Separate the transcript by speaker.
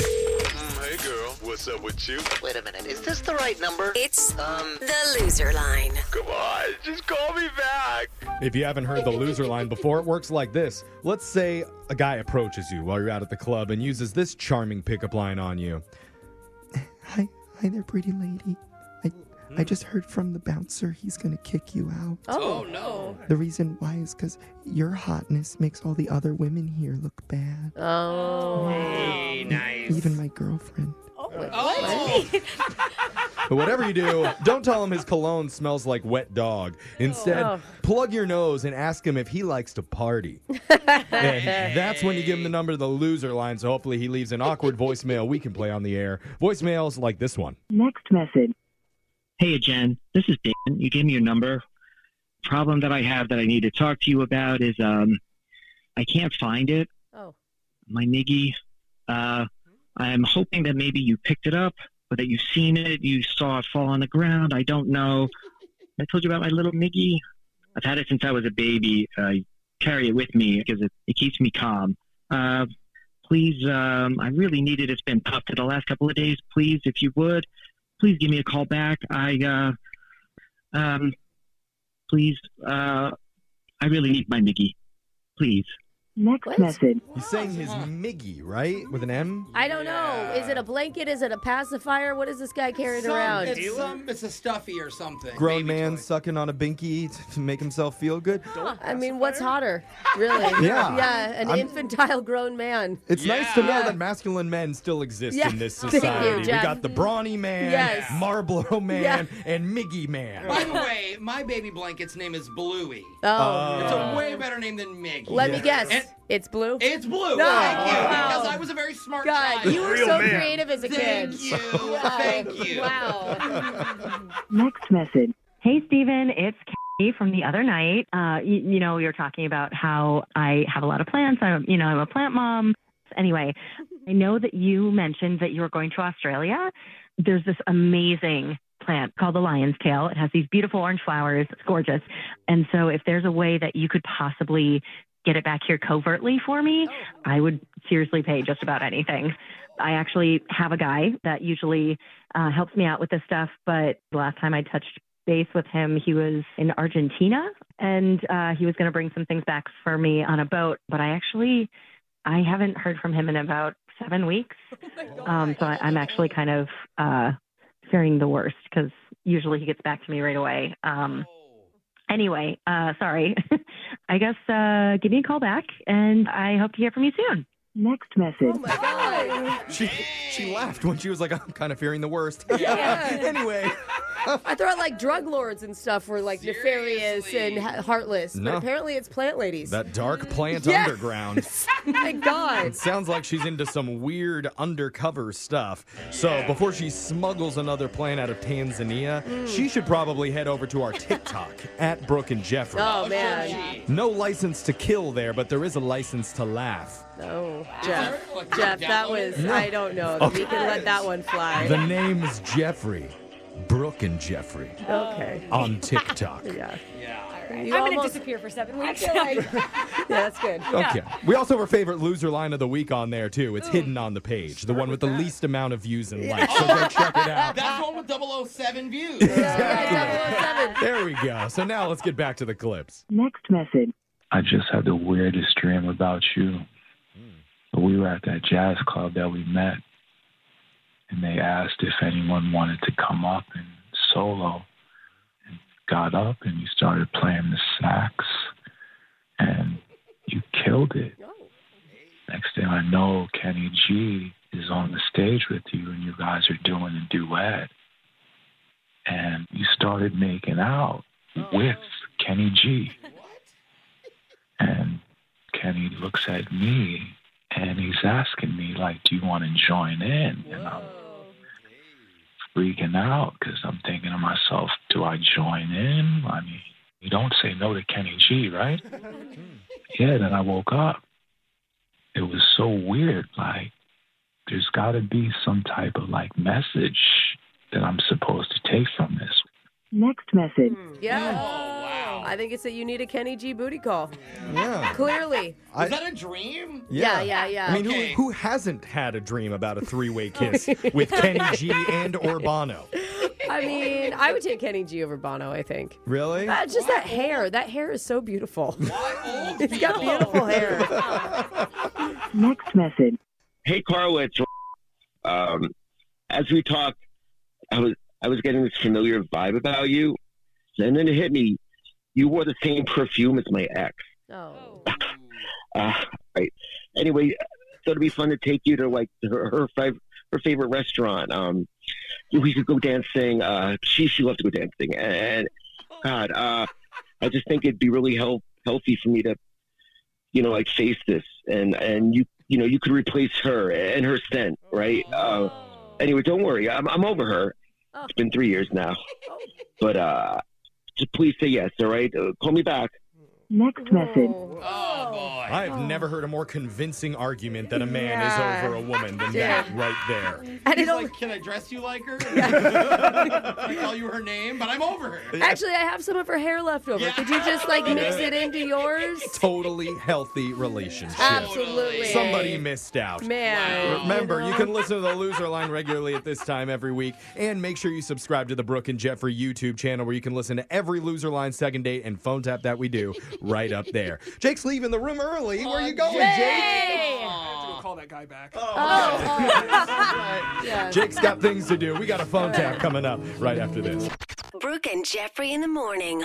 Speaker 1: Mm, What's up with you? Wait a minute. Is this the right number?
Speaker 2: It's
Speaker 1: Um,
Speaker 2: the loser line.
Speaker 1: come on. Just call me back.
Speaker 3: If you haven't heard the loser line before, it works like this. Let's say a guy approaches you while you're out at the club and uses this charming pickup line on you.
Speaker 4: Hi, hi there, pretty lady. I, I just heard from the bouncer he's gonna kick you out.
Speaker 5: Oh, no.
Speaker 4: The reason why is because your hotness makes all the other women here look bad.
Speaker 5: Oh.
Speaker 4: Even my girlfriend.
Speaker 3: But whatever you do, don't tell him his cologne smells like wet dog. Instead,
Speaker 5: Oh.
Speaker 3: plug your nose and ask him if he likes to party. and that's when you give him the number to the loser line, so hopefully he leaves an awkward voicemail we can play on the air. Voicemails like this one.
Speaker 6: Next message. Hey, Jen. This is Dan. You gave me your number. Problem that I have that I need to talk to you about is um, I can't find it.
Speaker 5: Oh.
Speaker 6: My Niggy. Uh, I'm hoping that maybe you picked it up or that you've seen it. You saw it fall on the ground. I don't know. I told you about my little Niggy. I've had it since I was a baby. I carry it with me because it, it keeps me calm. Uh, please, um, I really need it. It's been popped for the last couple of days. Please, if you would please give me a call back. I, uh, um, please, uh, I really need my Mickey. Please. Next
Speaker 5: What? message.
Speaker 3: He's saying his Miggy, right? With an M?
Speaker 5: I don't know. Is it a blanket? Is it a pacifier? What is this guy carrying
Speaker 7: Some-
Speaker 5: around?
Speaker 7: It's, some, it's a stuffy or something.
Speaker 3: Grown
Speaker 7: Baby
Speaker 3: man
Speaker 7: toy.
Speaker 3: sucking on a binky t- to make himself feel good.
Speaker 5: I mean, what's hotter, really?
Speaker 3: Yeah.
Speaker 5: yeah, an
Speaker 3: I'm-
Speaker 5: infantile grown man.
Speaker 3: It's nice to know
Speaker 7: Yeah.
Speaker 3: that masculine men still exist
Speaker 5: Yeah.
Speaker 3: in this
Speaker 5: Thank you,
Speaker 3: society. we
Speaker 5: Jeff.
Speaker 3: got the brawny man,
Speaker 5: Yes.
Speaker 3: Marlboro man, and Miggy man.
Speaker 7: By the way, my baby blanket's name is Bluey.
Speaker 5: Oh,
Speaker 7: It's a
Speaker 3: Uh,
Speaker 7: way better name than Mickey.
Speaker 5: let me guess.
Speaker 7: And-
Speaker 5: it's blue.
Speaker 7: it's Blue.
Speaker 5: No.
Speaker 7: Thank you. Because I was a very smart
Speaker 5: God,
Speaker 7: child.
Speaker 5: you were
Speaker 8: Real
Speaker 5: so
Speaker 8: man.
Speaker 5: creative as a
Speaker 7: Thank
Speaker 5: kid.
Speaker 7: you.
Speaker 5: Wow.
Speaker 7: Thank you.
Speaker 5: Wow.
Speaker 6: Next message.
Speaker 9: Hey, Steven, it's Katie from the other night. Uh, you, you know, we were talking about how I have a lot of plants. I'm, you know, I'm a plant mom. Anyway, I know that you mentioned that you were going to Australia. There's this amazing plant called the lion's tail. It has these beautiful orange flowers. It's gorgeous. And so, if there's a way that you could possibly get it back here covertly for
Speaker 2: Oh.
Speaker 9: me, I would seriously pay just about anything. I actually have a guy that usually uh, helps me out with this stuff, but the last time I touched base with him. He was in Argentina and uh, he was going to bring some things back for me on a boat. But I actually, I haven't heard from him in about seven weeks. um, so I, I'm actually kind of uh, fearing the worst because usually he gets back to me right away. Um, anyway, uh, sorry. I guess uh, give me a call back and I hope to hear from you soon.
Speaker 6: Next message.
Speaker 5: Oh My God.
Speaker 3: She she laughed when she was like, I'm kind of fearing the worst.
Speaker 5: Yeah.
Speaker 3: anyway.
Speaker 5: I thought like drug lords and stuff were like nefarious and
Speaker 7: Seriously.
Speaker 5: ha- heartless,
Speaker 3: No.
Speaker 5: but apparently it's plant ladies.
Speaker 3: That dark plant
Speaker 5: Yes.
Speaker 3: underground.
Speaker 5: My God.
Speaker 3: Sounds like she's into some weird undercover stuff. So before she smuggles another plant out of Tanzania,
Speaker 5: Mm.
Speaker 3: she should probably head over to our TikTok at Brooke and Jeffrey.
Speaker 5: Oh man.
Speaker 3: No license to kill there, but there is a license to laugh.
Speaker 5: Oh, Jeff.
Speaker 7: Like,
Speaker 5: Jeff, that
Speaker 7: download
Speaker 5: was
Speaker 7: it.
Speaker 5: I don't know. We can let that one fly.
Speaker 3: The name is Jeffrey. Brooke and Jeffrey
Speaker 5: Okay.
Speaker 3: on TikTok. okay.
Speaker 7: Yeah.
Speaker 5: You
Speaker 10: I'm going to
Speaker 5: almost-
Speaker 10: disappear for seven weeks.
Speaker 5: yeah, that's good.
Speaker 3: We also have our favorite loser line of the week on there, too. It's hidden on the page, the one with the least amount of views and likes. So go check it out.
Speaker 7: That's one with 007 views.
Speaker 5: Yeah, 007.
Speaker 3: There we go. So now let's get back to the clips.
Speaker 6: Next message.
Speaker 11: I just had the weirdest dream about you. We were at that jazz club that we met, and they asked if anyone wanted to come up and solo. And got up and you started playing the sax, and you killed it. Next thing I know, Kenny G is on the stage with you, and you guys are doing a duet. And you started making out with Kenny G. And Kenny looks at me and he's asking me, like, do you want to join in? And I'm freaking out because I'm thinking to myself, do I join in? I mean, you don't say no to Kenny G, right? yeah, then I woke up. It was so weird. Like, there's got to be some type of like message that I'm supposed to take from this.
Speaker 5: Hmm.
Speaker 6: Next message.
Speaker 5: Yeah.
Speaker 7: Oh, wow.
Speaker 5: I think it's that you need a Kenny G booty call.
Speaker 3: Yeah.
Speaker 5: Clearly.
Speaker 3: I-
Speaker 7: Is that a dream?
Speaker 5: Yeah, yeah, yeah.
Speaker 3: I mean,
Speaker 7: Okay.
Speaker 3: who, who hasn't had a dream about a three-way kiss with Kenny G and Urbano?
Speaker 5: I mean, I would take Kenny G over Bono, I think.
Speaker 3: Really?
Speaker 5: Uh, just that hair. That hair is so beautiful.
Speaker 7: Why old
Speaker 5: He's got beautiful hair.
Speaker 9: Next message.
Speaker 6: Hey, Carl, it's um, as we talked, I was I was getting this familiar vibe about you, and then it hit me. You wore the same perfume as my ex.
Speaker 5: Oh.
Speaker 6: Uh, right. Anyway, so it'd be fun to take you to like her her, fav- her favorite restaurant. Um, we could go dancing. Uh, she she loves to go dancing, and God, uh, I just think it'd be really help, healthy for me to, you know, like face this, and and you you know you could replace her and her scent, right? Uh, anyway, don't worry, I'm I'm over her. It's been three years now,
Speaker 5: Oh.
Speaker 6: but uh, just please say yes, all right? Uh, call me back.
Speaker 9: Next message.
Speaker 5: Whoa.
Speaker 7: Oh boy.
Speaker 3: I have never heard a more convincing argument that a man
Speaker 5: Yeah.
Speaker 3: is over a woman than that right there.
Speaker 5: And
Speaker 7: He's
Speaker 5: it only,
Speaker 7: like, can I dress you like her? I call you her name, but I'm over her.
Speaker 5: actually, I have some of her hair left over. Could you just like mix it into yours?
Speaker 3: Totally healthy relationship.
Speaker 5: Absolutely.
Speaker 3: Somebody missed out.
Speaker 5: Man.
Speaker 3: Remember, you can listen to the loser line regularly at this time every week. And make sure you subscribe to the Brooke and Jeffrey YouTube channel where you can listen to every loser line second date and phone tap that we do right up there. Jake's leaving the room early. Where you going, Jake?
Speaker 12: Call that guy back.
Speaker 5: Oh.
Speaker 3: Jake's got things to do. We got a phone tap coming up right after this.
Speaker 13: Brooke and Jeffrey in the morning.